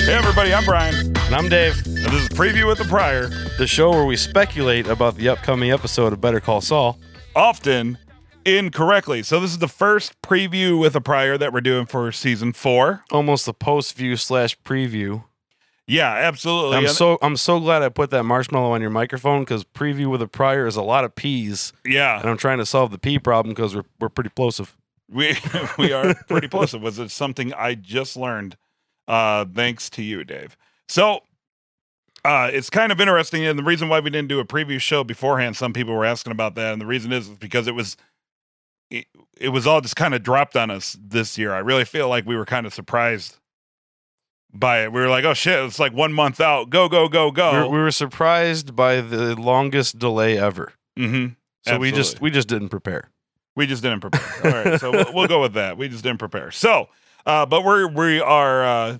I'm Brian. And I'm Dave, And this is Preview with the Prior. the show where we speculate about the upcoming episode of Better Call Saul. Often incorrectly. So this is the first preview with a prior that we're doing for season four. Almost the post view slash preview. Yeah, absolutely. I'm And- so I'm so glad I put that marshmallow on your microphone because preview with a prior is a lot of peas, yeah, and I'm trying to solve the pea problem because we're we're pretty plosive. we we are pretty close. It was something I just learned, uh, thanks to you, Dave. So uh, it's kind of interesting, and the reason why we didn't do a preview show beforehand, some people were asking about that, and the reason is because it was it, it was all just kind of dropped on us this year. I really feel like we were kind of surprised by it. We were like, oh shit, it's like one month out, go go go go. We were- we were surprised by the longest delay ever, mm-hmm. so we just Absolutely. we just didn't prepare. We just didn't prepare. All right, so we'll, we'll go with that. We just didn't prepare. So, uh, but we're we are uh,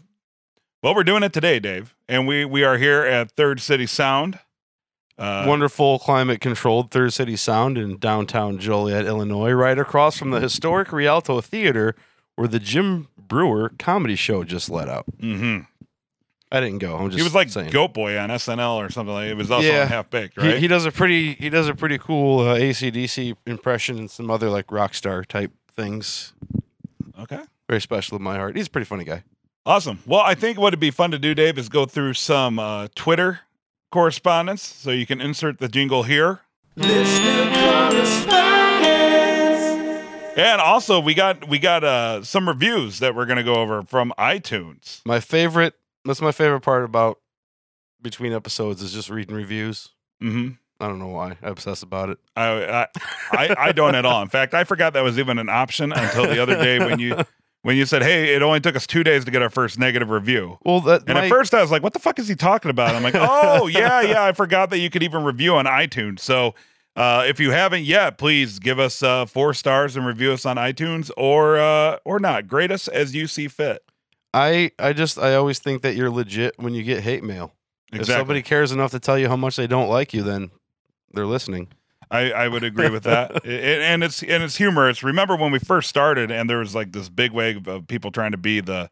well, we're doing it today, Dave, and we we are here at Third City Sound. Uh, Wonderful climate controlled Third City Sound in downtown Joliet, Illinois, right across from the historic Rialto Theater where the Jim Brewer comedy show just let out. mhm. I didn't go. I'm just He was like saying. Goat Boy on SNL or something like. It was also Yeah. on Half Baked, He- right? He, does a pretty he does a pretty cool uh, ACDC impression and some other like rock star type things. okay, Very special in my heart. He's a pretty funny guy. awesome. Well, I think what would be fun to do, Dave, is go through some uh, Twitter correspondence. So you can insert the jingle here. And also, we got we got uh, some reviews that we're gonna go over from iTunes. My favorite that's my favorite part about between episodes is just reading reviews. hmm I don't know why. I obsess about it. I, I I I don't at all. In fact, I forgot that was even an option until the other day when you when you said, "Hey, it only took us two days to get our first negative review." Well, that And my- at first, I was like, "What the fuck is he talking about?" I'm like, "Oh yeah, yeah, I forgot that you could even review on iTunes." So. Uh, if you haven't yet, please give us uh, four stars and review us on iTunes or uh, or not. Grade us as you see fit. I I just I always think that you're legit when you get hate mail. If somebody cares enough to tell you how much they don't like you, then they're listening. I, I would agree with that. I- I- and it's and it's humorous. Remember when we first started and there was like this big wave of people trying to be the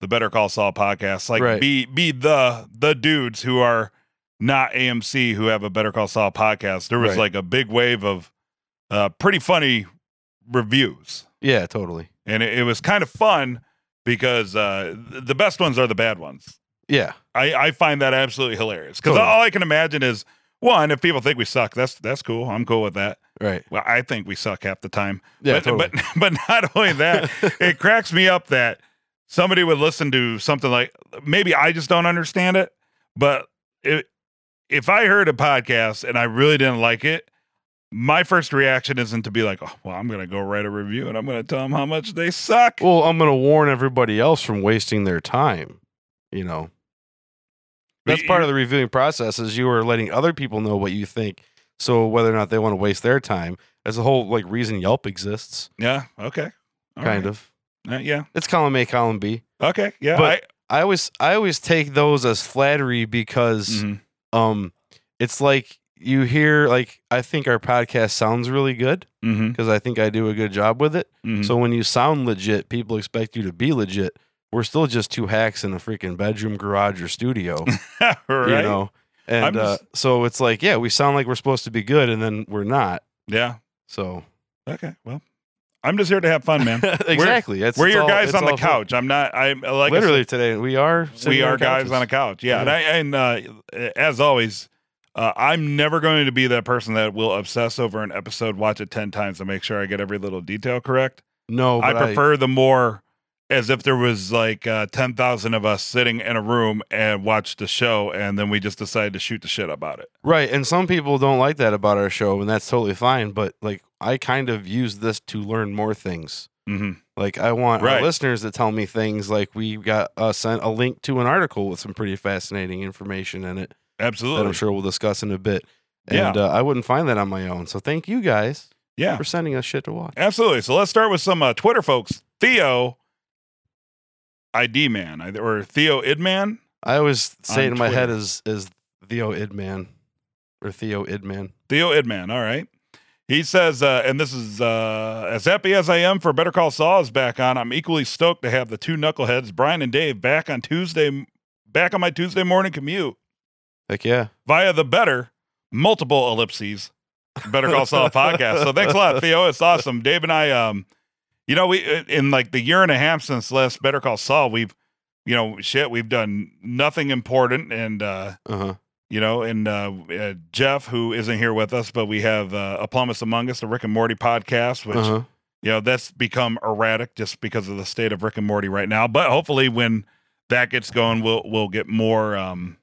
the Better Call Saul podcast, like Right. be be the the dudes who are not AMC who have a Better Call Saul podcast. There was Right. like a big wave of uh, pretty funny reviews, Yeah, totally. and it, it was kind of fun because uh, th- the best ones are the bad ones. Yeah, I, I find that absolutely hilarious because Totally. all I can imagine is one if people think we suck, that's that's cool. I'm cool with that. right. Well, I think we suck half the time. Yeah, but, totally. but but not only that, it cracks me up that somebody would listen to something like maybe I just don't understand it, but it, if I heard a podcast and I really didn't like it, my first reaction isn't to be like, oh, well, I'm going to go write a review and I'm going to tell them how much they suck. well, I'm gonna warn everybody else from wasting their time. You know, that's You- part of the reviewing process is you are letting other people know what you think. So whether or not they want to waste their time, that's the whole like reason Yelp exists. yeah. Okay. kind of. of. yeah. It's column A, column B. Okay. Yeah. But- I always I always take those as flattery because. I- Mhm. um it's like you hear like i think our podcast sounds really good Mhm. because i think i do a good job with it Mhm. so when you sound legit people expect you to be legit we're still just two hacks in a freaking bedroom garage or studio right. you know I'm and uh, so it's like yeah we sound like we're supposed to be good and then we're not Yeah. so Okay. Well, I'm just here to have fun, man. exactly that's We're it's your all- guys it's on the all fun. couch. I'm not. I'm like I literally today we are said, we are guys on a couch. Yeah, and I and uh, as always, uh, I'm never going to be that person that will obsess over an episode, watch it ten times to make sure I get every little detail correct. no I Oh, but I prefer the more as if there was like uh, ten thousand of us sitting in a room and watched the show, and then we just decided to shoot the shit about it. Right, and some people don't like that about our show, and that's totally fine. But like, I kind of use this to learn more things. hmm Like, I want Right. our listeners to tell me things. Like, we got uh, sent a link to an article with some pretty fascinating information in it that Absolutely. I'm sure we'll discuss in a bit. Yeah. And uh, I wouldn't find that on my own. So thank you guys Yeah. for sending us shit to watch. Absolutely. So let's start with some uh, Twitter folks. Theo ID man I- or Theo Idman. I always say it On in my head is is Theo Idman or Theo Idman. Theo Idman. All right. He says, uh, and this is uh, as happy as I am for Better Call Saul is back on. I'm equally stoked to have the two knuckleheads, Brian and Dave, back on Tuesday, back on my Tuesday morning commute Heck yeah. via the better multiple ellipses better call saul podcast so thanks a lot theo it's awesome dave and i um you know we uh, in like the year and a half since last better call saul we've you know shit we've done nothing important and uh Uh huh. you know, and uh, uh, Jeff, who isn't here with us, but we have uh, A Plumbus Among Us, the Rick and Morty podcast, which, Uh huh. you know, that's become erratic just because of the state of Rick and Morty right now. But hopefully when that gets going, we'll, we'll get more, um,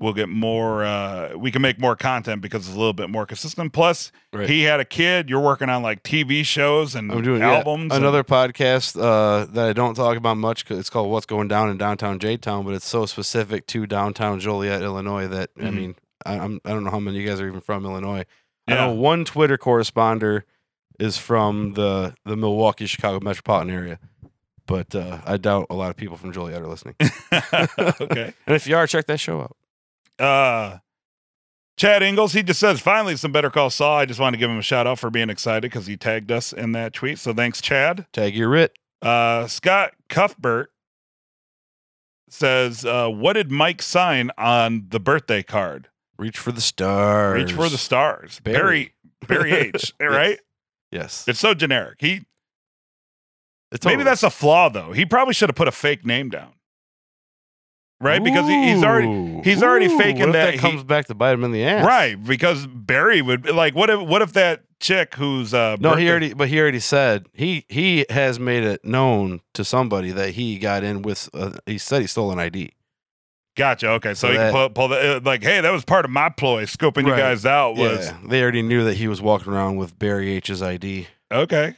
we'll get more, uh, we can make more content because it's a little bit more consistent. Plus Right. he had a kid, you're working on like TV shows and I'm doing yeah, albums. and- another podcast uh, that I don't talk about much. 'cause it's called "What's Going Down in Downtown J Town," but it's so specific to downtown Joliet, Illinois, that I Mhm. mean, I, I'm I don't know how many of you guys are even from Illinois. I yeah. know one Twitter corresponder is from the the Milwaukee, Chicago metropolitan area, but uh, I doubt a lot of people from Joliet are listening. and okay. if you are, check that show out. uh Chad Ingles, he just says, finally, some Better Call Saul. I just want to give him a shout out for being excited because he tagged us in that tweet. So thanks, Chad. Tag your writ. Uh, Scott Cuthbert says, uh, What did Mike sign on the birthday card? Reach for the stars. Reach for the stars. Barry, Barry. Barry H, right? Yes. It's so generic. He It's Maybe over. that's a flaw, though. He probably should have put a fake name down, right? Because he, he's already. Ooh. he's already Ooh, faking what if that that. he- comes back to bite him in the ass. Right, because Barry would like what if what if that chick who's uh No, he birthday- already. But he already said he he has made it known to somebody that he got in with. Uh, he said he stole an ID. Gotcha. Okay, so, So you can that- pull, pull the uh, like, hey, that was part of my ploy, scoping you Right. guys out. Was yeah, they already knew that he was walking around with Barry H's ID. okay,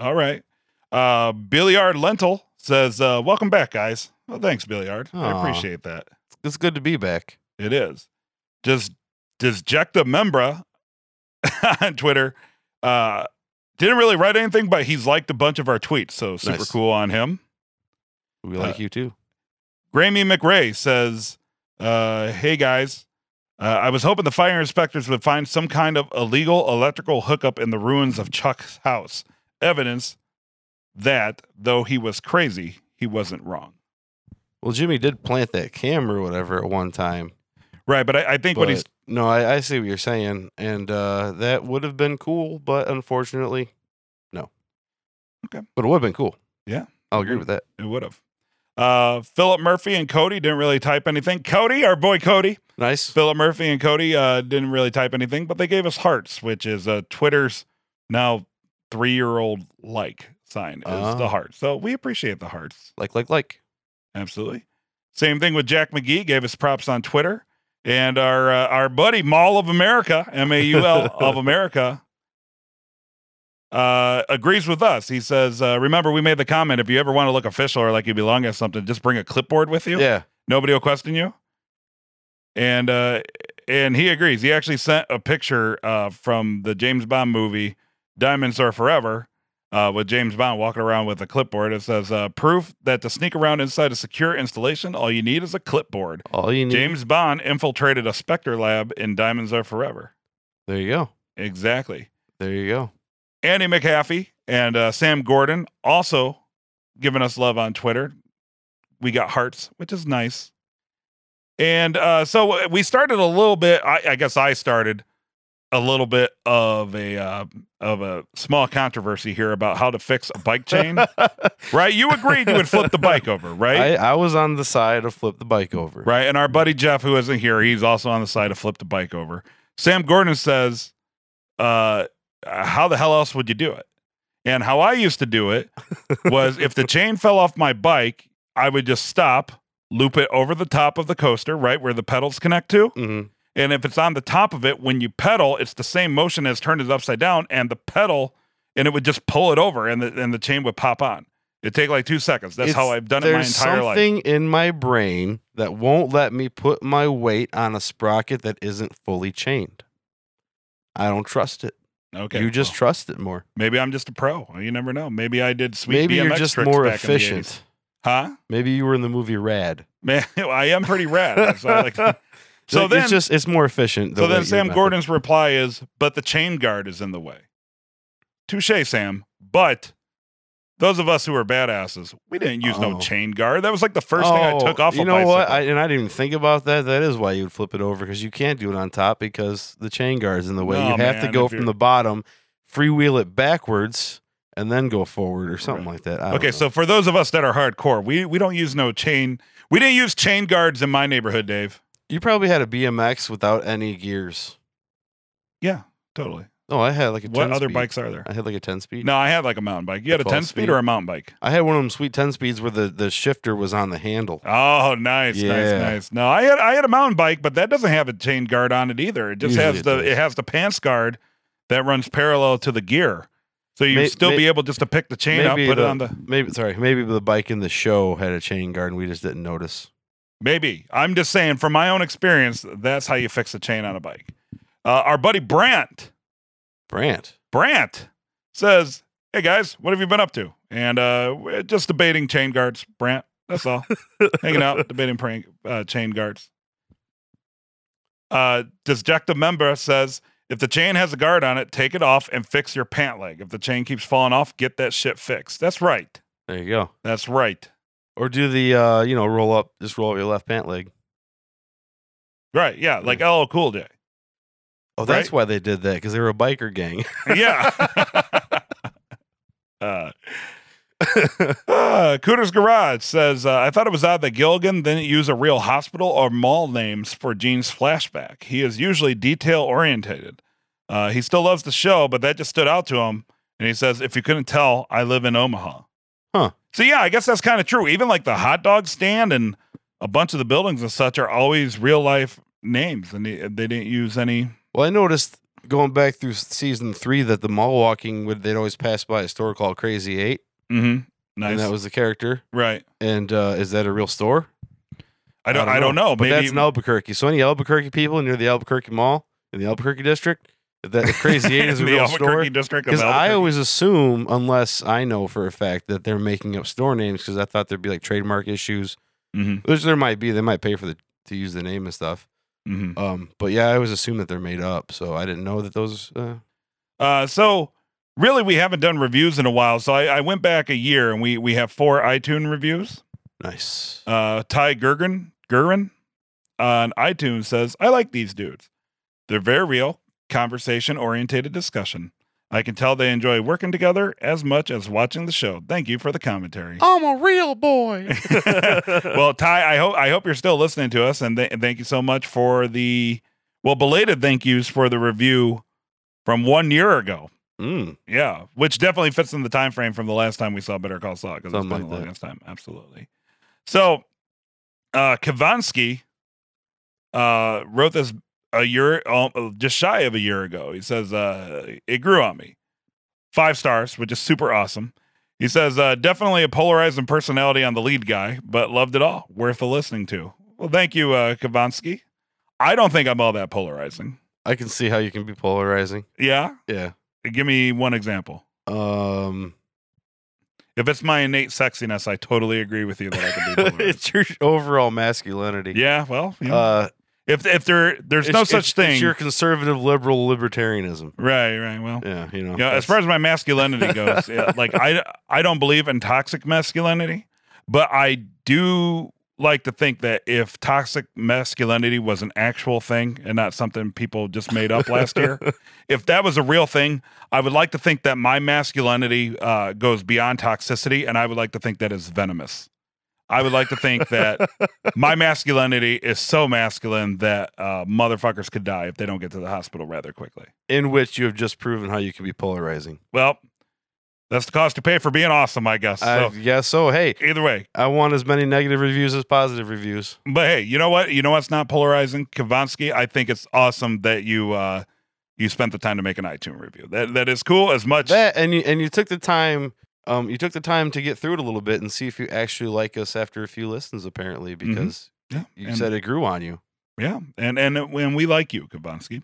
all right. Uh, Billiard Lentil says, uh, "Welcome back, guys." Well, thanks, Billiard. I Aw. appreciate that. It's good to be back. It is just disjecta membra on Twitter. Uh, didn't really write anything, but he's liked a bunch of our tweets, so super Nice. cool on him. We Uh, like you too. Grammy McRae says, uh, "Hey guys, uh, I was hoping the fire inspectors would find some kind of illegal electrical hookup in the ruins of Chuck's house, evidence that though he was crazy, he wasn't wrong." Well, Jimmy did plant that cam or whatever at one time. Right, but I, I think what but- he's no, I, I see what you're saying, and uh, that would have been cool, but unfortunately, no. Okay. but it would have been cool. Yeah. I'll agree with that. it would have. Uh, Philip Murphy and Cody didn't really type anything. Cody, our boy Cody, Nice. Philip Murphy and Cody uh, didn't really type anything, but they gave us hearts, which is uh, Twitter's now three-year-old like sign is Ah. the heart. So we appreciate the hearts. Like, like, like. Absolutely. Same thing with Jack McGee. Gave us props on Twitter, and our uh, our buddy Mall of America, M A U L of America, uh, agrees with us. He says, uh, "Remember, we made the comment. If you ever want to look official or like you belong at something, just bring a clipboard with you. Yeah. Nobody will question you." And uh, and he agrees. He actually sent a picture uh, from the James Bond movie Diamonds Are Forever uh, with James Bond walking around with a clipboard. It says, uh, proof that to sneak around inside a secure installation, all you need is a clipboard. All you need. James Bond infiltrated a Spectre lab in Diamonds Are Forever. There you go. Exactly. There you go. Andy McAfee and uh, Sam Gordon also giving us love on Twitter. We got hearts, which is nice. And uh, so we started a little bit. I, I guess I started a little bit of a uh, of a small controversy here about how to fix a bike chain. right? You agreed you would flip the bike over, right? I, I was on the side of flip the bike over. right. And our buddy Jeff, who isn't here, he's also on the side of flip the bike over. Sam Gordon says, uh, how the hell else would you do it? And how I used to do it was if the chain fell off my bike, I would just stop, loop it over the top of the coaster, right where the pedals connect to. Mhm. And if it's on the top of it, when you pedal, it's the same motion as turn it upside down, and the pedal, and it would just pull it over, and the, and the chain would pop on. It'd take like two seconds. That's how It's- I've done it my there's entire life. something in my brain that won't let me put my weight on a sprocket that isn't fully chained. I don't trust it. Okay, you just well, trust it more. maybe I'm just a pro. You never know. Maybe I did sweet Maybe BMX you're just tricks more back in the 80s. efficient. huh? Maybe you were in the movie Rad. Man, I am pretty rad. So, I like Like, so then, it's just it's more efficient. the so way then your Sam method- Gordon's reply is, "But the chain guard is in the way." Touche, Sam. But Those of us who were badasses, we didn't use no Oh. chain guard. That was like the first thing I Oh, took off. You a know what? bicycle. I, and I didn't even think about that. That is why you would flip it over because you can't do it on top because the chain guard's in the way. No, you have to man, go if from you're- the bottom, freewheel it backwards, and then go forward or something like that. I don't Okay, know. so for those of us that are hardcore, we we don't use no chain. We didn't use chain guards in my neighborhood, Dave. you probably had a BMX without any gears. Yeah, totally. Oh, I had like a What 10 other speed. bikes are there? I had like a ten speed. No, I had like a mountain bike. You had a Twelve ten speed speed. or a mountain bike? I had one of them sweet ten speeds where the, the shifter was on the handle. Oh, nice, Yeah. nice, nice. No, I had I had a mountain bike, but that doesn't have a chain guard on it either. It just Usually has it the does. it has the pants guard that runs parallel to the gear, so you May- would still may- be able just to pick the chain up, put it on the maybe sorry, maybe the bike in the show had a chain guard and we just didn't notice. Maybe. I'm just saying, from my own experience, that's how you fix a chain on a bike. Uh, our buddy Brant, Brant. Brant says, Hey guys, what have you been up to? And uh, we're just debating chain guards, Brant. That's all. Hanging out, debating prank, uh, chain guards. Uh, disjective member says, if the chain has a guard on it, take it off and fix your pant leg. If the chain keeps falling off, get that shit fixed. That's right. There you go. That's right. Or do the uh, you know, roll up just roll up your left pant leg. Right. Yeah. Like LL Cool J. Oh, that's Right? why they did that because they were a biker gang. yeah. uh, uh, Cooter's Garage says, uh, I thought it was odd that Gilligan didn't use a real hospital or mall names for Gene's flashback. He is usually detail orientated. Uh, he still loves the show, but that just stood out to him. And he says, if you couldn't tell, I live in Omaha. Huh. So, yeah, I guess that's kind of true. Even like the hot dog stand and a bunch of the buildings and such are always real life names, and they, they didn't use any. well, I noticed going back through s- season three that the mall walking would they'd always pass by a store called Crazy Eight, Mm-hmm. Nice. and that was the character. right. And uh, is that a real store? I don't. I don't know. But Maybe that's in Albuquerque. So any Albuquerque people near the Albuquerque Mall in the Albuquerque district, if that if Crazy Eight is a the real Albuquerque store. district. Of Because I Albuquerque. always assume, unless I know for a fact that they're making up store names, because I thought there'd be like trademark issues, Mhm, which there might be. They might pay for the to use the name and stuff. mhm. Um, but yeah, I always assume that they're made up, so I didn't know that those. Uh, Uh, so really, we haven't done reviews in a while. So I, I went back a year, and we we have four iTunes reviews. nice. Uh, Ty Gergen Gergen on iTunes says, "I like these dudes. They're very real, conversation-oriented discussion. I can tell they enjoy working together as much as watching the show. Thank you for the commentary." I'm a real boy. well, Ty, I hope I hope you're still listening to us, and, th- and thank you so much for the well belated thank yous for the review from one year ago. Mm, Yeah, which definitely fits in the time frame from the last time we saw Better Call Saul because it's Something been the like that. longest time. Absolutely. So, uh, Kavansky uh, wrote this a year, uh, just shy of a year ago. He says, uh, "It grew on me." Five stars, which is super awesome. He says, uh, "Definitely a polarizing personality on the lead guy, but loved it all. Worth a listening to." Well, thank you, uh, Kavansky. I don't think I'm all that polarizing. I can see how you can be polarizing. Yeah, Yeah. give me one example. Um, If it's my innate sexiness, I totally agree with you that I can be polarized. it's your overall masculinity. yeah, well, you know, Uh, if if there there's no it's- such it's- thing, It's your conservative liberal libertarianism. right, right. Well, Yeah, you know. yeah. As that's- far as my masculinity goes, yeah, like I I don't believe in toxic masculinity, but I do like to think that if toxic masculinity was an actual thing and not something people just made up last year, if that was a real thing, I would like to think that my masculinity uh, goes beyond toxicity, and I would like to think that is venomous. I would like to think that my masculinity is so masculine that uh, motherfuckers could die if they don't get to the hospital rather quickly. in which you have just proven how you can be polarizing. Well, that's the cost you pay for being awesome, I guess. I So guess so. Hey, either way, I want as many negative reviews as positive reviews. but hey, you know what? You know what's not polarizing, Kavansky. I think it's awesome that you uh, you spent the time to make an iTunes review. That that is cool. As much That and you and you took the time. Um, you took the time to get through it a little bit and see if you actually like us after a few listens, apparently, because yeah, you Mm-hmm. and- said it grew on you. Yeah, and and uh, and we like you, Kavansky.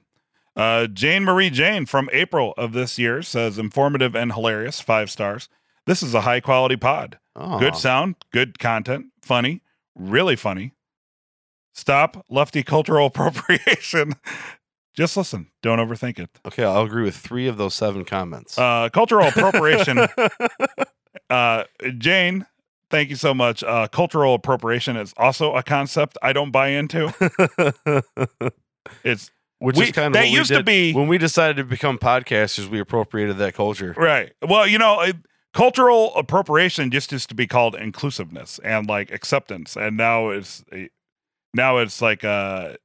Uh, Jane Marie Jane from April of this year says informative and hilarious, five stars. This is a high quality pod. Oh, Good sound, good content, funny, really funny. Stop lefty cultural appropriation. Just listen. Don't overthink it. Okay, I'll agree with three of those seven comments. Uh, cultural appropriation. uh, Uh, Jane, thank you so much. Uh, cultural appropriation is also a concept I don't buy into. It's Which We- is kind of that what we used to did. be- when we decided to become podcasters. We appropriated that culture. Right. Well, you know, it, cultural appropriation just used to be called inclusiveness and like acceptance, and now it's eh, now it's like a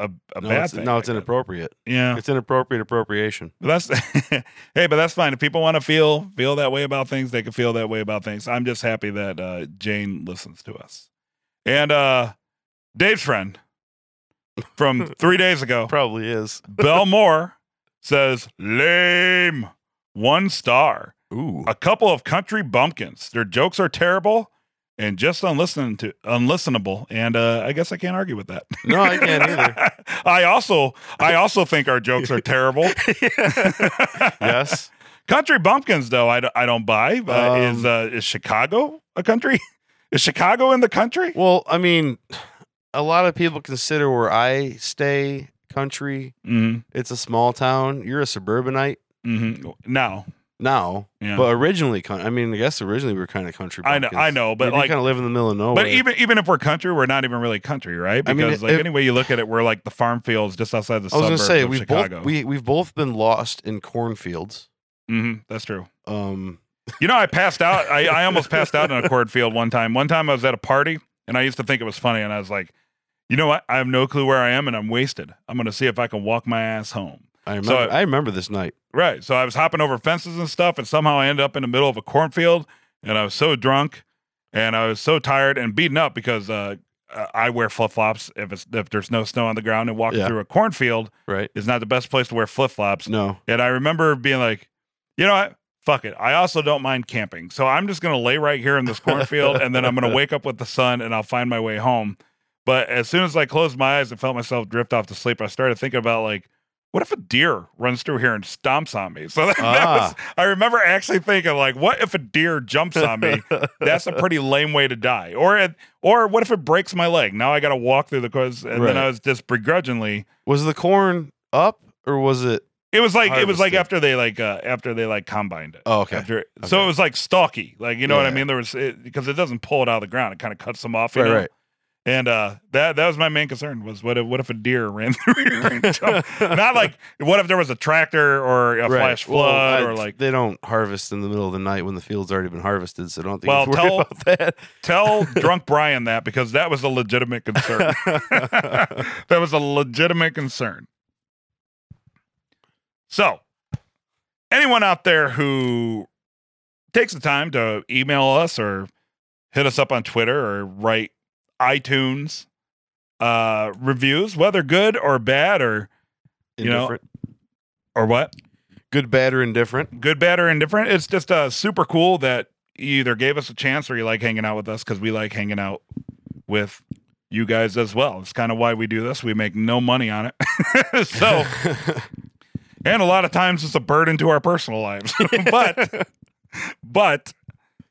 a, a No, bad it's, thing. now it's like that. inappropriate. Yeah, It's inappropriate appropriation. but that's hey, but that's fine. If people want to feel feel that way about things, they can feel that way about things. I'm just happy that uh, Jane listens to us, and uh, Dave's friend from three days ago, Probably is. Bell Moore, says lame one star. Ooh. a couple of country bumpkins. Their jokes are terrible and just unlistening to unlistenable. And uh, I guess I can't argue with that. No, I can't either. I also I also think our jokes are terrible. yes. country bumpkins, though I, d- I don't buy. Uh, Um, is uh, is Chicago a country? Is Chicago in the country? Well, I mean, a lot of people consider where I stay country. Mm-hmm. It's a small town. You're a suburbanite Mm-hmm. No, now, yeah. but originally, coun- I mean, I guess originally we were kind of country. I know, bumpkins. I know, We but do like. kind of live in the middle of nowhere. But even even if we're country, we're not even really country, right? I Because mean, like if- any way you look at it, we're like the farm fields just outside the I was gonna suburbs say of we've Chicago. both we we've both been lost in cornfields. hmm that's true. Um, You know, I passed out. I, I almost passed out in a cornfield one time. One time I was at a party and I used to think it was funny. And I was like, you know what? I have no clue where I am and I'm wasted. I'm going to see if I can walk my ass home. I remember So I remember this night. Right. So I was hopping over fences and stuff. And somehow I ended up in the middle of a cornfield. And I was so drunk and I was so tired and beaten up because uh, I wear flip flops if, it's if there's no snow on the ground and walking Yeah. through a cornfield Right? is not the best place to wear flip flops. No. And I remember being like, you know what? Fuck it. I also don't mind camping. So I'm just going to lay right here in this cornfield and then I'm going to wake up with the sun and I'll find my way home. But as soon as I closed my eyes and felt myself drift off to sleep, I started thinking about like, what if a deer runs through here and stomps on me? So that, that Ah. was, I remember actually thinking like, what if a deer jumps on me? That's a pretty lame way to die. Or, it, or what if it breaks my leg? Now I got to walk through the course. And then Right. I was just begrudgingly, was the corn up or was it? it was like, it was like Harvested. after they like, uh, after they like combined it. Oh, okay. After, so Okay. it was like stalky, like you know what I Yeah. mean. There was because it, doesn't pull it out of the ground; it kind of cuts them off. You Right, know? right. And uh, that that was my main concern was what if what if a deer ran through here? And jumped? Not like what if there was a tractor or a Right. flash Well, flood I- or like they don't harvest in the middle of the night when the field's already been harvested, so don't think Well, well, worry tell- about that. tell drunk Brian that because that was a legitimate concern. that was a legitimate concern. So, anyone out there who takes the time to email us or hit us up on Twitter or write iTunes uh, reviews, whether good or bad or You know- Indifferent. or what, good, bad, or indifferent. good, bad, or indifferent, it's just uh, super cool that you either gave us a chance or you like hanging out with us because we like hanging out with you guys as well. It's kind of why we do this. We make no money on it. so. and a lot of times it's a burden to our personal lives. but but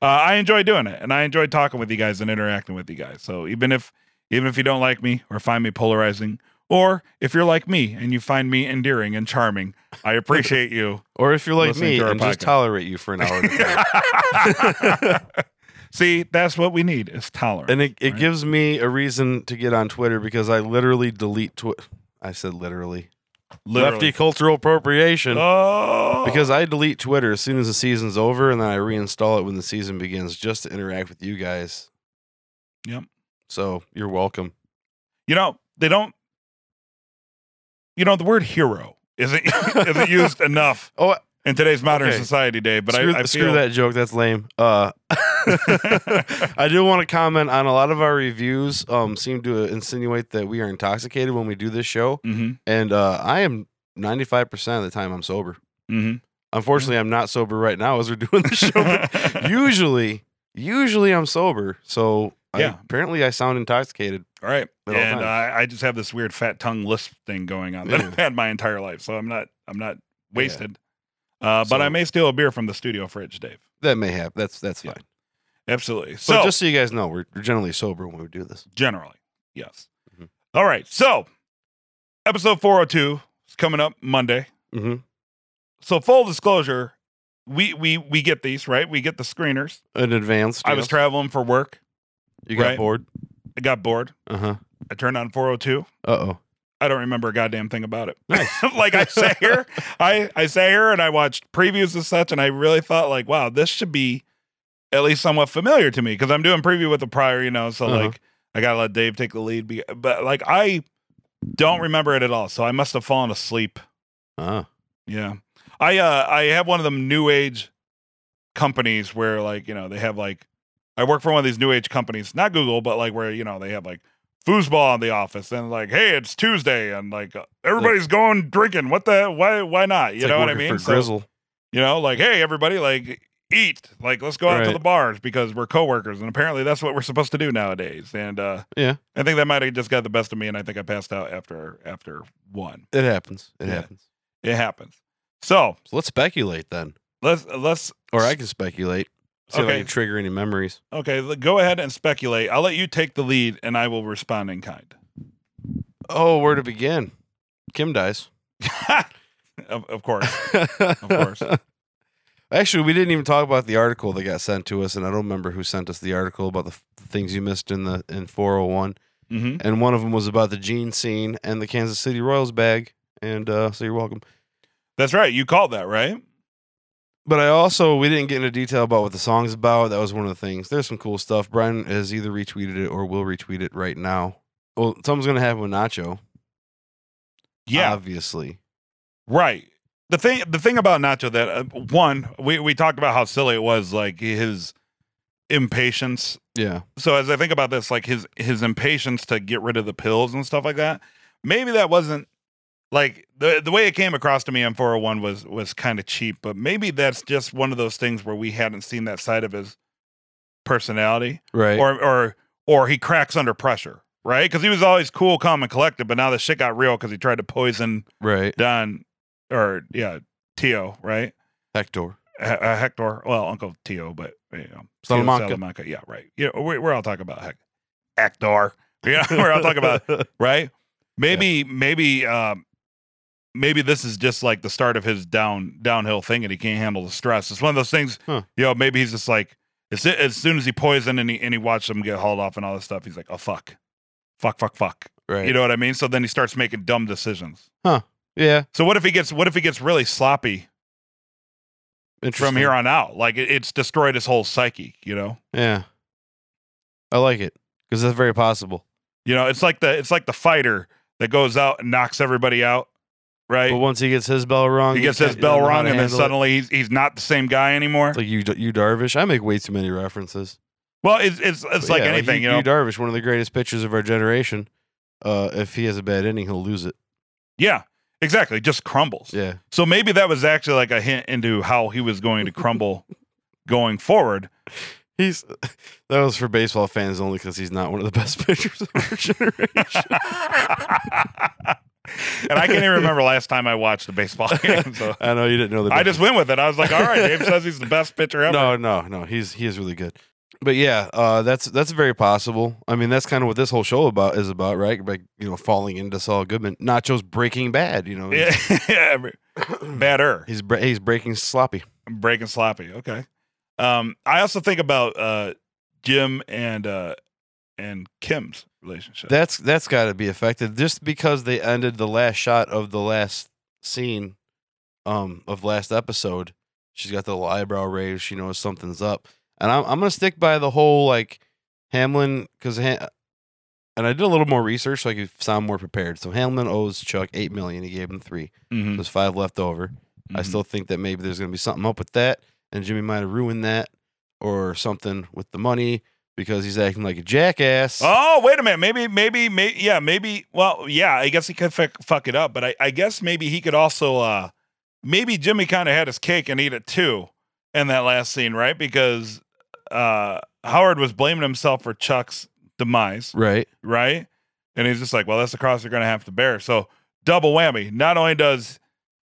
uh, I enjoy doing it, and I enjoy talking with you guys and interacting with you guys. So even if even if you don't like me or find me polarizing, or if you're like me and you find me endearing and charming, I appreciate you. or if you're like Listening me to our and just podcast. tolerate you for an hour, at a time. See, that's what we need is tolerance. and it, it Right. gives me a reason to get on Twitter because I literally delete Twitter. I said literally. Literally. lefty cultural appropriation. Oh, Because I delete Twitter as soon as the season's over, and then I reinstall it when the season begins, just to interact with you guys. Yep. So you're welcome. you know they don't. You know the word hero isn't isn't used enough. Oh, I- in today's modern Okay. society, Dave. But screw, I, I screw feel that joke. That's lame. Uh, I do want to comment on a lot of our reviews. Um, seem to insinuate that we are intoxicated when we do this show, Mhm, and uh, I am 95 percent of the time I'm sober. mhm. Unfortunately, I'm not sober right now as we're doing the show. but usually, usually I'm sober. So I- Yeah. apparently I sound intoxicated. All right, At all and uh, times. I, I just have this weird fat tongue lisp thing going on that Ew. I've had my entire life, so I'm not I'm not wasted. Uh, but So- I may steal a beer from the studio fridge, Dave. That may happen. That's that's Yeah. fine. Absolutely. So So just so you guys know, we're, we're generally sober when we do this. generally, yes. Mhm. All right, so episode 402 is coming up Monday. Mm-hmm. So full disclosure, we we we get these right. We get the screeners. An advanced. I was yes. traveling for work. You got right. bored. I got bored. Uh huh. I turned on 402. Uh oh. I don't remember a goddamn thing about it. like I sat here, I I sat here and I watched previews and such, and I really thought like, wow, this should be at least somewhat familiar to me because I'm doing preview with the prior, you know. So Uh-huh. like, I gotta let Dave take the lead, be, but like I don't remember it at all. So I must have fallen asleep. Ah. Yeah, I uh I have one of them new age companies where like you know they have like I work for one of these new age companies, not Google, but like where you know they have like foosball in the office and like hey it's Tuesday and like uh, everybody's going drinking. What the why why not? You It's like know what I working mean? For So, Grizzle. you know like hey everybody like eat like let's go out to Right. the bars because we're coworkers and apparently that's what we're supposed to do nowadays. And uh Yeah. I think that might have just got the best of me and I think I passed out after after one. It happens. It Yeah. happens. It happens. So So let's speculate then, let's let's or I can speculate. See if I Okay. can trigger any memories. Okay, l- go ahead and speculate. I'll let you take the lead and I will respond in kind. Oh, where to begin? Kim dies. of, of course. of course. Actually, we didn't even talk about the article that got sent to us, and I don't remember who sent us the article about the f- things you missed in the in 401. hmm And one of them was about the Gene scene and the Kansas City Royals bag. And uh, so you're welcome. That's right. You called that, right? But I also we didn't get into detail about what the song's about. That was one of the things. There's some cool stuff. Brian has either retweeted it or will retweet it right now. Well, something's gonna happen with Nacho. Yeah. Uh, obviously. right. The thing the thing about Nacho that uh, one, we we talked about how silly it was like his impatience. Yeah, So as I think about this like his his impatience to get rid of the pills and stuff like that, maybe that wasn't like the the way it came across to me on 401 was was kind of cheap, but maybe that's just one of those things where we hadn't seen that side of his personality. right. or or or he cracks under pressure, right? Because he was always cool, calm, and collected, but now the shit got real because he tried to poison right. Don or yeah Tio, right? Hector. H- uh, Hector, well, Uncle Tio, but you know, Tio Salamanca. Salamanca, yeah, right. You know, we, we're all talking about Hec- Hector. Yeah, we're all talking about right. Maybe maybe um, maybe this is just like the start of his down downhill thing, and he can't handle the stress. It's one of those things. Huh. You know, maybe he's just like as, soo- as soon as he poisoned and he and he watched them get hauled off and all this stuff, he's like, oh fuck, fuck, fuck, fuck. right. You know what I mean? So then he starts making dumb decisions. yeah. So what if he gets what if he gets really sloppy from interesting. here on out? Like it, it's destroyed his whole psyche. You know. Yeah. I like it because that's very possible. You know, it's like the it's like the fighter that goes out and knocks everybody out, right? But once he gets his bell wrong, he you gets can't- his you bell don't know how rung, to and then handle it. suddenly he's he's not the same guy anymore. It's like you, you Darvish. I make way too many references. well, it's it's it's But like yeah, anything, you, Yu- know. Yu Darvish, one of the greatest pitchers of our generation. Uh, if he has a bad inning, he'll lose it. yeah, exactly. Just crumbles. Yeah, So maybe that was actually like a hint into how he was going to crumble going forward. he's that was for baseball fans only because he's not one of the best pitchers of our generation. and I can't even remember last time I watched a baseball game. So I know you didn't know the. I just went with it. I was like, all right, Dave says he's the best pitcher ever. No, no, no. He's he is really good. But yeah, uh, that's that's very possible. I mean, that's kind of what this whole show about is about, right? Like you know, falling into Saul Goodman, Nacho's Breaking Bad. You know, Yeah, yeah, batter. he's bre- he's breaking sloppy. I'm breaking sloppy. Okay. Um, I also think about uh, Jim and uh, and Kim's relationship. That's that's got to be affected just because they ended the last shot of the last scene, um, of last episode. She's got the little eyebrow raised. She knows something's up, and I'm I'm gonna stick by the whole like Hamlin because ha- and I did a little more research so I could sound more prepared. So Hamlin owes Chuck eight million. He gave him three. Mhm, There's five left over. I mhm. still think that maybe there's going to be something up with that, and Jimmy might have ruined that or something with the money because he's acting like a jackass. Oh wait a minute. Maybe maybe maybe yeah maybe. Well yeah. I guess he could fuck, fuck it up, but I, I guess maybe he could also. Uh, maybe Jimmy kind of had his cake and eat it too in that last scene, right? Because uh, Howard was blaming himself for Chuck's demise. Right. right? And he's just like, well, that's the cross you're going to have to bear. So double whammy. Not only does,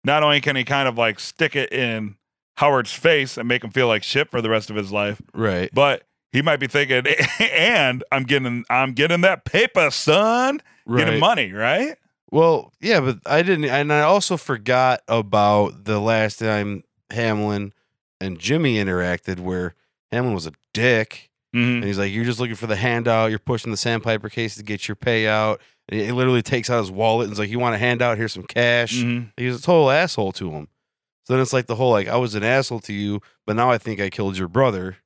not only can he kind of like stick it in Howard's face and make him feel like shit for the rest of his life, Right. but he might be thinking, and I'm getting, I'm getting that paper, son, Right. getting money, right? Well, yeah, but I didn't, and I also forgot about the last time Hamlin and Jimmy interacted where Hamlin was a dick. Mhm. And he's like, You're just looking for the handout. You're pushing the sandpiper case to get your payout. And he literally takes out his wallet and is like, You want a handout? Here's some cash. Mhm. He was a total asshole to him. So then it's like the whole like I was an asshole to you, but now I think I killed your brother.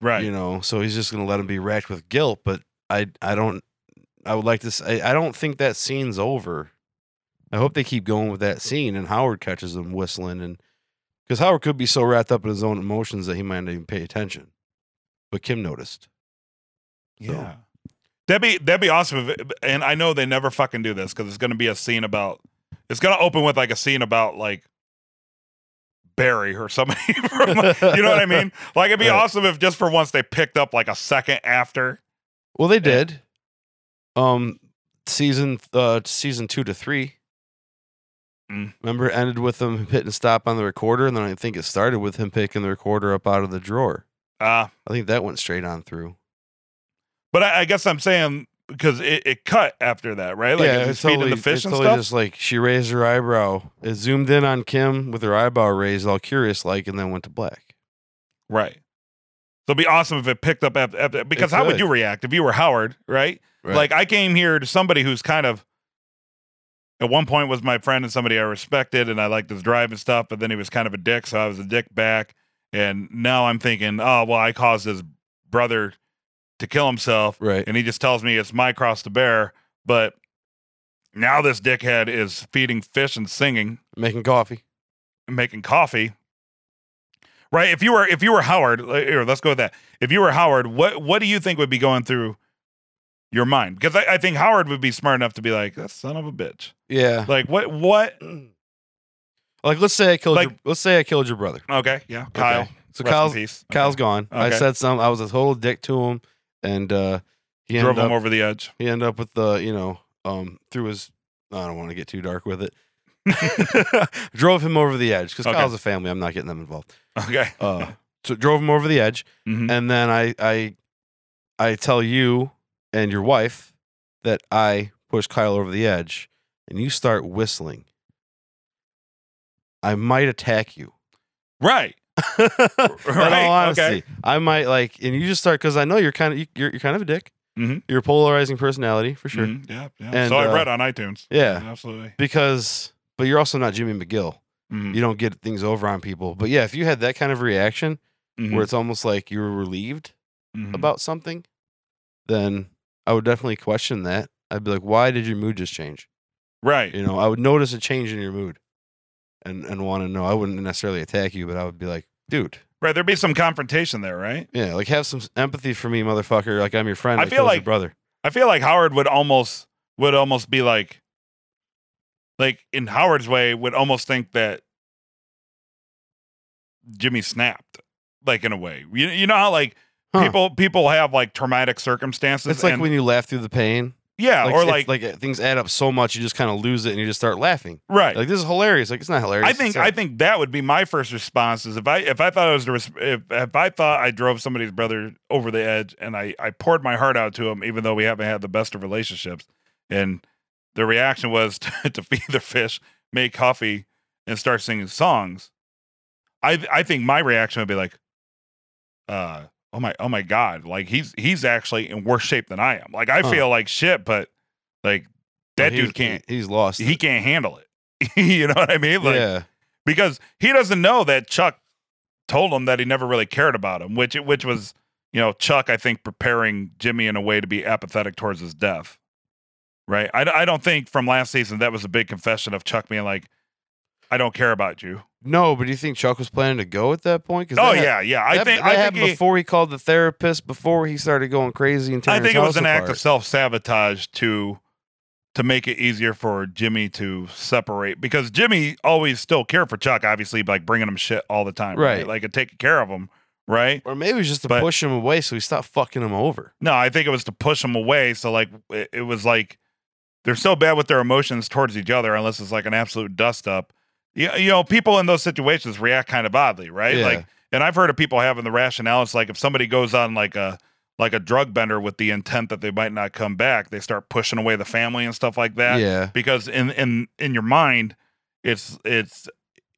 Right. You know, so he's just gonna let him be racked with guilt. But I I don't I would like to s- I, I don't think that scene's over. I hope they keep going with that scene and Howard catches him whistling and because Howard could be so wrapped up in his own emotions that he might not even pay attention. But Kim noticed. So- Yeah. That'd be that'd be awesome. If it, and I know they never fucking do this because it's gonna be a scene about. It's gonna open with like a scene about like Barry or somebody from. Like, you know what I mean? Like it'd be Right. awesome if just for once they picked up like a second after. Well, they did. Um, season uh season two to three. Mm. Remember, it ended with him hitting stop on the recorder, and then I think it started with him picking the recorder up out of the drawer. Uh, I think that went straight on through. but I, I guess I'm saying because it, it cut after that, right? Like yeah, it's it's feeding the totally- fish it's and totally stuff. Just like she raised her eyebrow, it zoomed in on Kim with her eyebrow raised, all curious like, and then went to black. Right. So it'd be awesome if it picked up after, after because It how would could. you react if you were Howard, right? Like I came here to somebody who's kind of at one point was my friend and somebody I respected and I liked his drive and stuff, but then he was kind of a dick, so I was a dick back. And now I'm thinking, oh well, I caused his brother to kill himself, right, and he just tells me it's my cross to bear. But now this dickhead is feeding fish and singing making coffee. making coffee right if you were if you were howard le- here, let's go with that if you were howard what what do you think would be going through your mind because I, I think howard would be smart enough to be like that son of a bitch Yeah, like what what like let's say I killed. Like- your, let's say I killed your brother. okay yeah kyle Okay. So rest in Kyle's peace. Kyle's gone. I Okay. said some. I was a total dick to him, and uh, he drove ended him up, over the edge He ended up with the you know um through his. I don't want to get too dark with it. Drove him over the edge because Okay. Kyle's a family. I'm not getting them involved. okay Uh, so drove him over the edge, Mhm. and then I I I tell you and your wife that I pushed Kyle over the edge, and you start whistling. I might attack you. right in Right, all honesty, okay. I might like, and you just start because I know you're kind of you, you're, you're kind of a dick. Mhm. You're a polarizing personality for sure. Mhm. yeah, yeah. And, so i uh, read on itunes Yeah, absolutely because but you're also not Jimmy McGill. Mhm. You don't get things over on people. But yeah, if you had that kind of reaction Mhm. where it's almost like you were relieved Mhm. about something, then I would definitely question that. I'd be like, why did your mood just change? right You know, I would notice a change in your mood, and and want to know. I wouldn't necessarily attack you, but I would be like, dude. right there'd be some confrontation there right Yeah, like have some empathy for me, motherfucker. Like I'm your friend. I that feel kills your like- brother. I feel like Howard would almost would almost be like like in Howard's way would almost think that Jimmy snapped like in a way. You you know how like Huh. people people have like traumatic circumstances It's like and- when you laugh through the pain, yeah like, or it's like, like uh, things add up so much you just kind of lose it and you just start laughing. right. Like this is hilarious. Like it's not hilarious. I it's think sad. I think that would be my first response is if I if I thought I was the res- if if I thought I drove somebody's brother over the edge and I I poured my heart out to him even though we haven't had the best of relationships and the reaction was to, to feed the fish, make coffee, and start singing songs. I I think my reaction would be like, uh oh my oh my god like he's he's actually in worse shape than I am like I Huh. feel like shit but like that He's- dude can't He's lost. he can't handle it. you know what I mean? Like yeah, because he doesn't know that Chuck told him that he never really cared about him, which which was you know Chuck I think preparing Jimmy in a way to be apathetic towards his death, right? I, I don't think from last season that was a big confession of Chuck being like, I don't care about you. no. But do you think Chuck was planning to go at that point? 'Cause Oh that- yeah, yeah. I that- think that I happened think he, before he called the therapist. Before he started going crazy and I tearing think it his was an house act of apart. self sabotage to to make it easier for Jimmy to separate because Jimmy always still cared for Chuck, obviously, like bringing him shit all the time, Right. Like and taking care of him, right? Or maybe it was just to But- push him away so he stopped fucking him over. No, I think it was to push them away. So like it, it was like they're so bad with their emotions towards each other, unless it's like an absolute dust up. You, you know, people in those situations react kind of oddly, right? Yeah. Like, and I've heard of people having the rationale. It's like if somebody goes on like a like a drug bender with the intent that they might not come back, they start pushing away the family and stuff like that yeah, because in in in your mind it's it's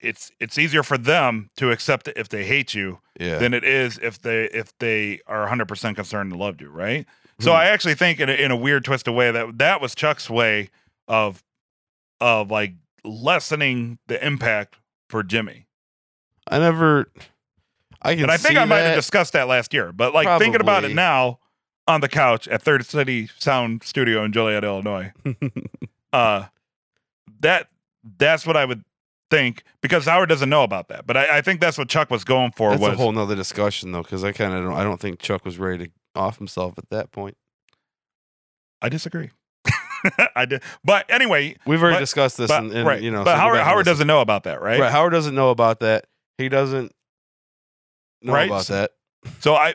it's it's easier for them to accept it if they hate you Yeah. than it is if they if they are 100% concerned and loved you, right? So Mhm. I actually think in a, in a weird twist of way that that was Chuck's way of of like lessening the impact for Jimmy. I never. I can. And I think see I might that. have discussed that last year, but like thinking about it Probably. now on the couch at Third City Sound Studio in Joliet, Illinois, uh, that that's what I would think because Howard doesn't know about that. But I, I think that's what Chuck was going for That's was a whole nother discussion though, because I kind of don't. I don't think Chuck was ready to off himself at that point. I disagree. I did, but anyway, We've already But- discussed this, but, and, and, right, you know. but so go Howard back and Howard listen. doesn't know about that, right? Right. Howard doesn't know about that. He doesn't know Right, about so- that. So I,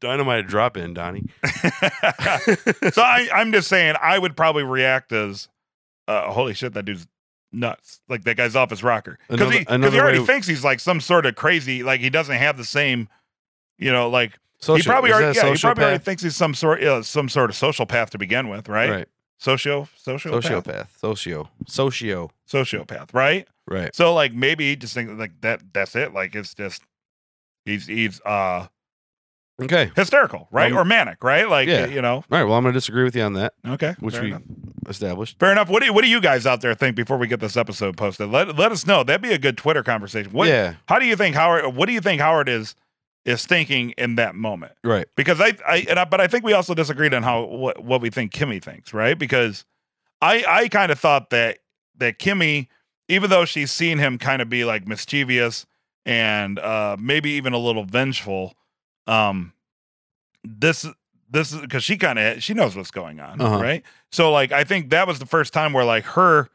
Dynamite drop in, Donnie. so I, I'm just saying I would probably react as, uh, holy shit, that dude's nuts. Like that guy's off his rocker because Another- he, 'cause he another already way- thinks he's like some sort of crazy. Like he doesn't have the same, you know, like Social, he probably is already, that a yeah, he probably already sociopath? thinks he's some sort, uh, some sort of social path to begin with, right? right. Socio, social, sociopath. Sociopath. Socio. Socio. sociopath, right? Right. So like maybe he just think like that. That's it. Like it's just he's he's uh Okay. hysterical, right? Um, or manic, right? Like yeah. you know. All right. Well, I'm going to disagree with you on that, Okay, which fair we enough. established. fair enough. What do you, what do you guys out there think before we get this episode posted? Let let us know. That'd be a good Twitter conversation. What? Yeah. How do you think Howard? What do you think Howard is is thinking in that moment? Right. because I, I, and I but I think we also disagreed on how what, what we think Kimmy thinks, right? Because I I kind of thought that that Kimmy, even though she's seen him kind of be like mischievous and uh maybe even a little vengeful, um, this this is because she kind of she knows what's going on, Uh-huh. right? So like I think that was the first time where like her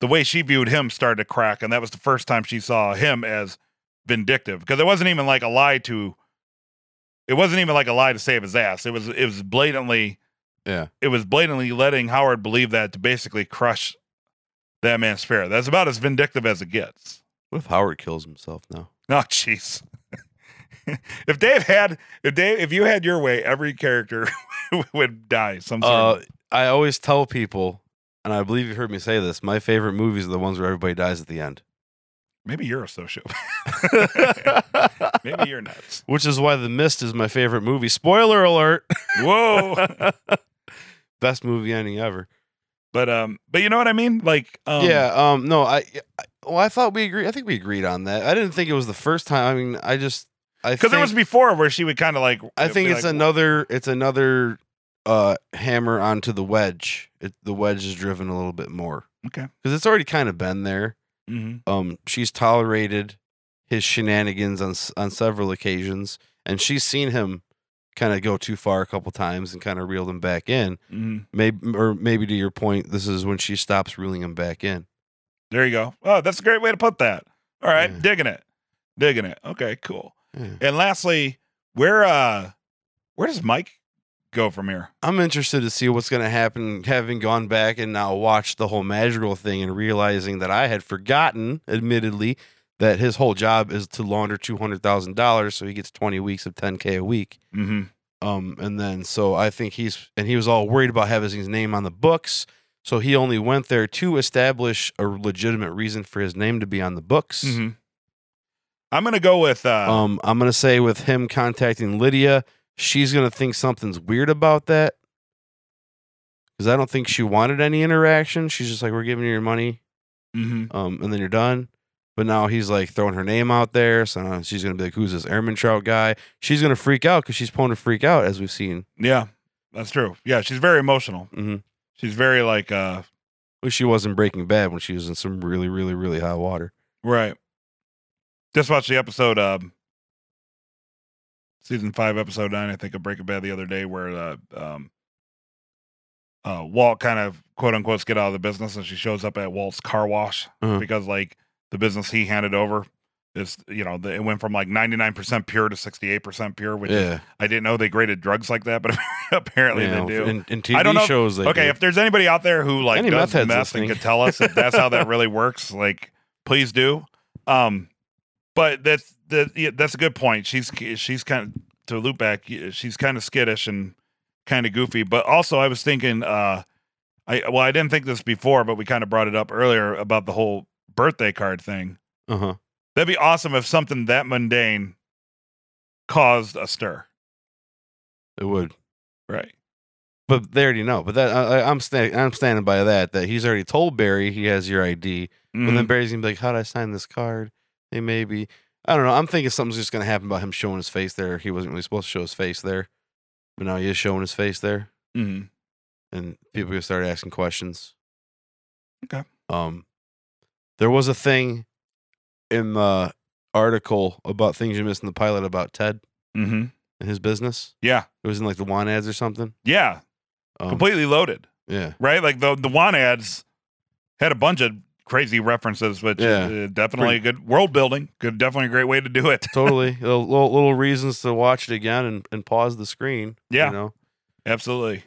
the way she viewed him started to crack, and that was the first time she saw him as vindictive because it wasn't even like a lie to it wasn't even like a lie to save his ass. It was it was blatantly Yeah. it was blatantly letting Howard believe that to basically crush that man's spirit. That's about as vindictive as it gets. What if Howard kills himself now? Oh jeez. if Dave had if Dave if you had your way, every character would die some sort Uh, of- I always tell people, and I believe you've heard me say this, my favorite movies are the ones where everybody dies at the end. maybe you're a sociopath. maybe you're nuts. Which is why The Mist is my favorite movie. Spoiler alert. Whoa. Best movie ending ever. But um but you know what I mean? Like um yeah, um no, I, I well, I thought we agreed. I think we agreed on that. I didn't think it was the first time. I mean, I just I because think, there was before where she would kind of like I think be it's like, another it's another uh hammer onto the wedge. It, the wedge is driven a little bit more. Okay. Cuz it's already kind of been there. Mhm. um, she's tolerated his shenanigans on s- on several occasions, and she's seen him kind of go too far a couple times and kind of reeled him back in. Mhm. Maybe, or maybe to your point, this is when she stops reeling him back in. There you go. Oh, that's a great way to put that. All right, Yeah. digging it. Digging it. Okay, cool. Yeah. And lastly, where uh where does Mike go from here? I'm interested to see what's going to happen, having gone back and now watched the whole magical thing and realizing that I had forgotten, admittedly, that his whole job is to launder two hundred thousand dollars, so he gets twenty weeks of ten k a week. Mm-hmm. Um, and then so I think he's and he was all worried about having his name on the books. So he only went there to establish a legitimate reason for his name to be on the books. Mm-hmm. I'm gonna go with uh Um, I'm gonna say with him contacting Lydia, she's gonna think something's weird about that because I don't think she wanted any interaction. She's just like, "We're giving you your money, mhm. um, and then you're done." But now he's like throwing her name out there, so now she's gonna be like, "Who's this Airman Trout guy?" She's gonna freak out because she's prone to freak out, as we've seen. yeah, that's true. Yeah, she's very emotional. Mm-hmm. She's very like uh Well, she was in Breaking Bad when she was in some really, really, really high water. right. Just watched the episode um season five, episode nine, I think of Breaking Bad the other day where uh um uh, Walt kind of quote unquote get out of the business, and she shows up at Walt's car wash Uh-huh. because like the business he handed over is you know the, it went from like ninety nine percent pure to sixty eight percent pure, which is, yeah, I didn't know they graded drugs like that, but apparently You know, they do. In, in TV I don't know if- shows, they okay, do. if there's anybody out there who like Any does meth heads meth, and listening. could tell us if that's how that really works, like please do. Um, but that's that, yeah, that's a good point. She's she's kind of to loop back. She's kind of skittish and kind of goofy. But also, I was thinking, uh, I well, I didn't think this before, but we kind of brought it up earlier about the whole birthday card thing. Uh huh. That'd be awesome if something that mundane caused a stir. It would. Right. But they already know. But that I, I- I'm standing. I'm standing by that. That he's already told Barry he has your ID. But Mm-hmm. then Barry's gonna be like, "How would I sign this card?" Hey, maybe I don't know. I'm thinking something's just gonna happen about him showing his face there. He wasn't really supposed to show his face there, but now he is showing his face there, hmm and people are gonna start asking questions. Okay. Um, there was a thing in the article about things you missed in the pilot about Ted hmm and his business. Yeah. It was in like the want ads or something. Yeah. Um, Completely loaded. Yeah. Right. Like the the one ads had a bunch of crazy references, which Yeah. uh, definitely good world building. Good, definitely a great way to do it. Totally. little, little little reasons to watch it again and, and pause the screen. Yeah. You know. Absolutely.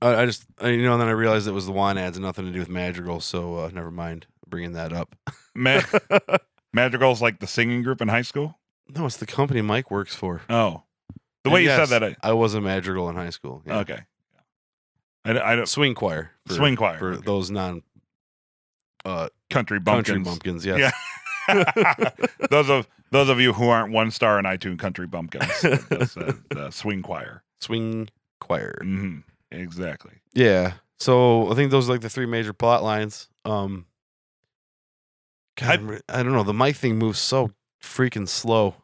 I, I just I, you know, and then I realized it was the wine ads and nothing to do with Madrigal, so uh, never mind bringing that up. Ma- Madrigal's like the singing group in high school. No, it's the company Mike works for. Oh, the And way you yes, said that. I, I was a Madrigal in high school. yeah. Okay. I, I don't swing choir, for, swing choir for okay. those non uh, country bumpkins. country bumpkins. Yes. those of those of you who aren't one star in iTunes country bumpkins, that's, uh, the swing choir. swing choir. hmm Exactly. Yeah. So I think those are like the three major plot lines. Um, God, I- I'm re- I don't know. The mic thing moves so freaking slow.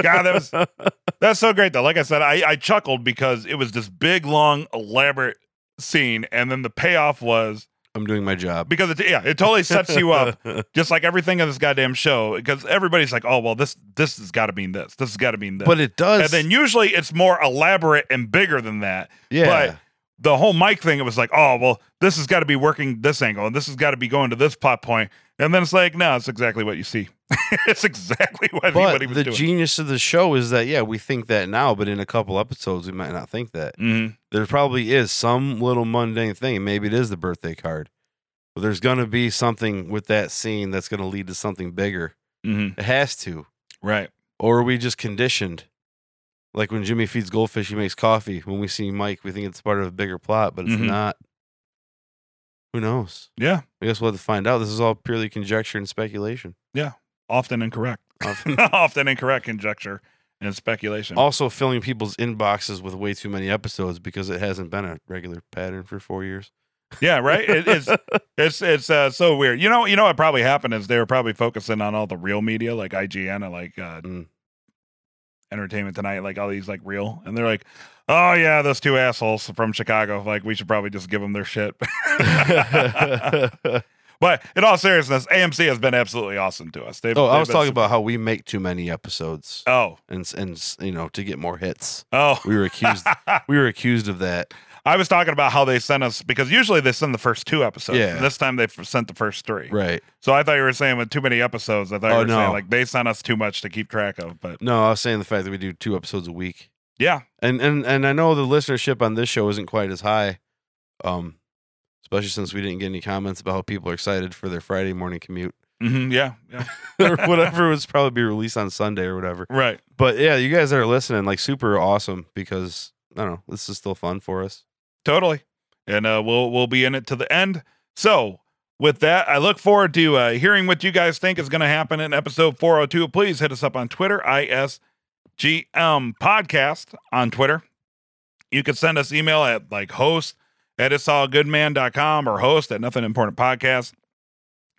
God, that was that's so great though. Like I said, I, I chuckled because it was this big, long, elaborate scene, and then the payoff was I'm doing my job. because it yeah, it totally sets you up just like everything in this goddamn show because everybody's like oh well this this has got to mean this this has got to mean this but it does. and then usually it's more elaborate and bigger than that yeah. but- the whole mic thing it was like oh well this has got to be working this angle and this has got to be going to this plot point and then it's like no it's exactly what you see it's exactly what, he, what But he was the doing genius of the show is that yeah, we think that now, but in a couple episodes we might not think that. Mhm. There probably is some little mundane thing. Maybe it is the birthday card. But there's gonna be something with that scene that's gonna lead to something bigger. Mhm. It has to. right Or are we just conditioned? Like when Jimmy feeds goldfish, he makes coffee. When we see Mike, we think it's part of a bigger plot, but it's Mhm. not. Who knows? yeah I guess we'll have to find out. This is all purely conjecture and speculation. often incorrect often incorrect conjecture and speculation also filling people's inboxes with way too many episodes because it hasn't been a regular pattern for four years. Yeah, right. It, it's it's it's uh, so weird. You know, you know what probably happened is they were probably focusing on all the real media like IGN and like uh, Mm. Entertainment Tonight, like all these like real, and they're like, oh yeah, those two assholes from Chicago. Like we should probably just give them their shit. but in all seriousness, AMC has been absolutely awesome to us. They've, oh, I they've was been talking super- about how we make too many episodes and s- and s- you know to get more hits. Oh, We were accused. oh. we were accused of that. I was talking about how they sent us because usually they send the first two episodes. Yeah. This time they f- sent the first three. Right. So I thought you were saying with too many episodes. I thought Oh, you were saying no. like they sent us too much to keep track of. But No, I was saying the fact that we do two episodes a week, yeah, and and and I know the listenership on this show isn't quite as high, um, especially since we didn't get any comments about how people are excited for their Friday morning commute hmm yeah, yeah, or whatever was probably be released on Sunday or whatever. right. But yeah, you guys that are listening, like super awesome because I don't know, this is still fun for us. Totally. And uh, we'll we'll be in it to the end. So with that, I look forward to uh, hearing what you guys think is going to happen in episode 402. Please hit us up on Twitter, ISGM Podcast on Twitter. You can send us email at like host at itsallgoodman.com or host at nothing important podcast.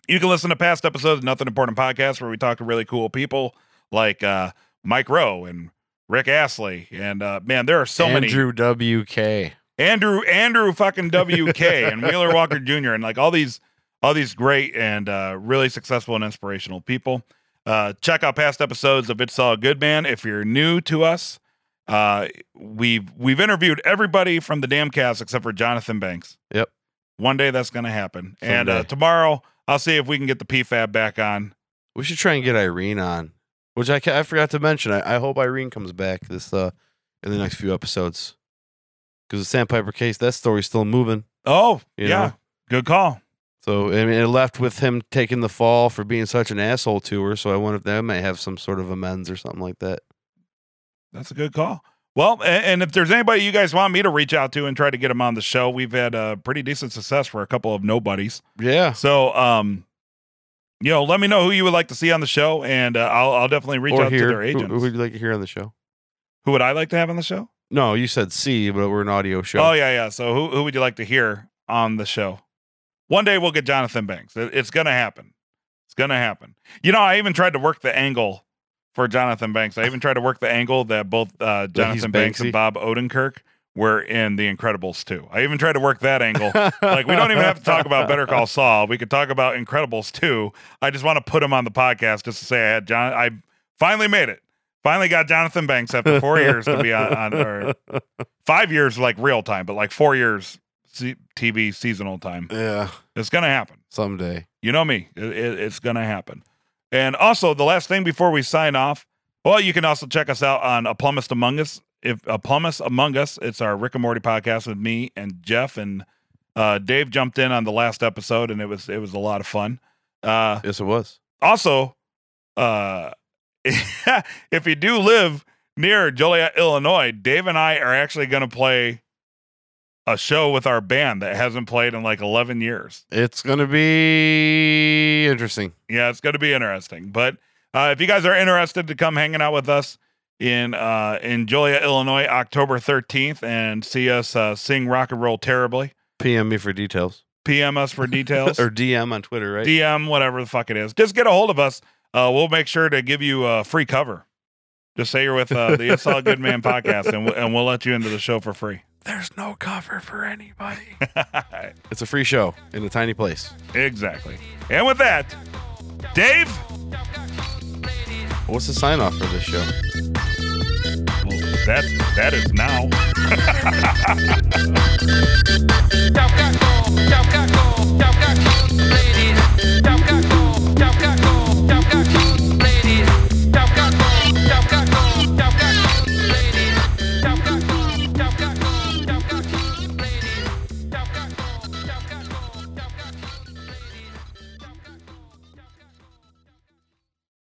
You can listen to past episodes of Nothing Important Podcast where we talk to really cool people like uh, Mike Rowe and Rick Astley. And uh, man, there are so many. Andrew WK. Andrew Andrew fucking WK and Wheeler Walker Jr. and like all these all these great and uh, really successful and inspirational people. Uh, check out past episodes of It's All Good Man if you're new to us. Uh, we've we've interviewed everybody from the damn cast except for Jonathan Banks. Yep. One day that's going to happen. And uh, Someday. tomorrow I'll see if we can get the PFAB back on. We should try and get Irene on, which I, ca- I forgot to mention. I, I hope Irene comes back this uh in the next few episodes because the Sandpiper case that story's still moving. Oh You yeah, know? good call. So I mean, it left with him taking the fall for being such an asshole to her. So I wonder if that might have some sort of amends or something like that. That's a good call. Well, a- and, if there's anybody you guys want me to reach out to and try to get them on the Ah. show, we've had uh, pretty decent success for a couple of nobodies. Yeah, So, um, you know, let me know who you would like to see on the show, and uh, I'll, I'll definitely reach or out here. to their agents. Who, who would you like to hear on the show? Who would I like to have on the show? No, you said C, but we're an audio show. Oh yeah, yeah. So who who would you like to hear on the show? One day we'll get Jonathan Banks. It- it's gonna happen. It's gonna happen. You know, I even tried to work the angle for Jonathan Banks. I even tried to work the angle that both uh, Jonathan Banks Banksy? and Bob Odenkirk were in The Incredibles too. I even tried to work that angle. like we don't even have to talk about Better Call Saul. We could talk about Incredibles too. I just want to put him on the podcast just to say I had John. I finally made it. Finally got Jonathan Banks after four years to be on, on or five years like real time, but like four years se- TV seasonal time. Yeah, It's gonna happen. someday. You know me. It, it- it's gonna happen. And also the last thing before we sign off, well, you can also check us out on A Plumbus Among Us. If A Plumbus Among Us, it's our Rick and Morty podcast with me and Jeff and uh, Dave jumped in on the last episode, and it was it was a lot of fun. Uh, Yes, it was. also, uh, if you do live near Joliet, Illinois, Dave and I are actually going to play a show with our band that hasn't played in like 11 years. It's gonna be interesting. Yeah, it's going to be interesting. But uh, if you guys are interested to come hanging out with us in uh, in Joliet, Illinois, October 13th, and see us uh, sing rock and roll terribly, PM me for details PM us for details. or DM on Twitter, right? DM, whatever the fuck it is. Just get a hold of us. Uh, we'll make sure to give you a free cover. Just say you're with uh, the It's All Good Man podcast, and, we'll- and we'll let you into the show for free. There's no cover for anybody. It's a free show in a tiny place. exactly. And with that, Dave, What's the sign off for this show? well, that that is now.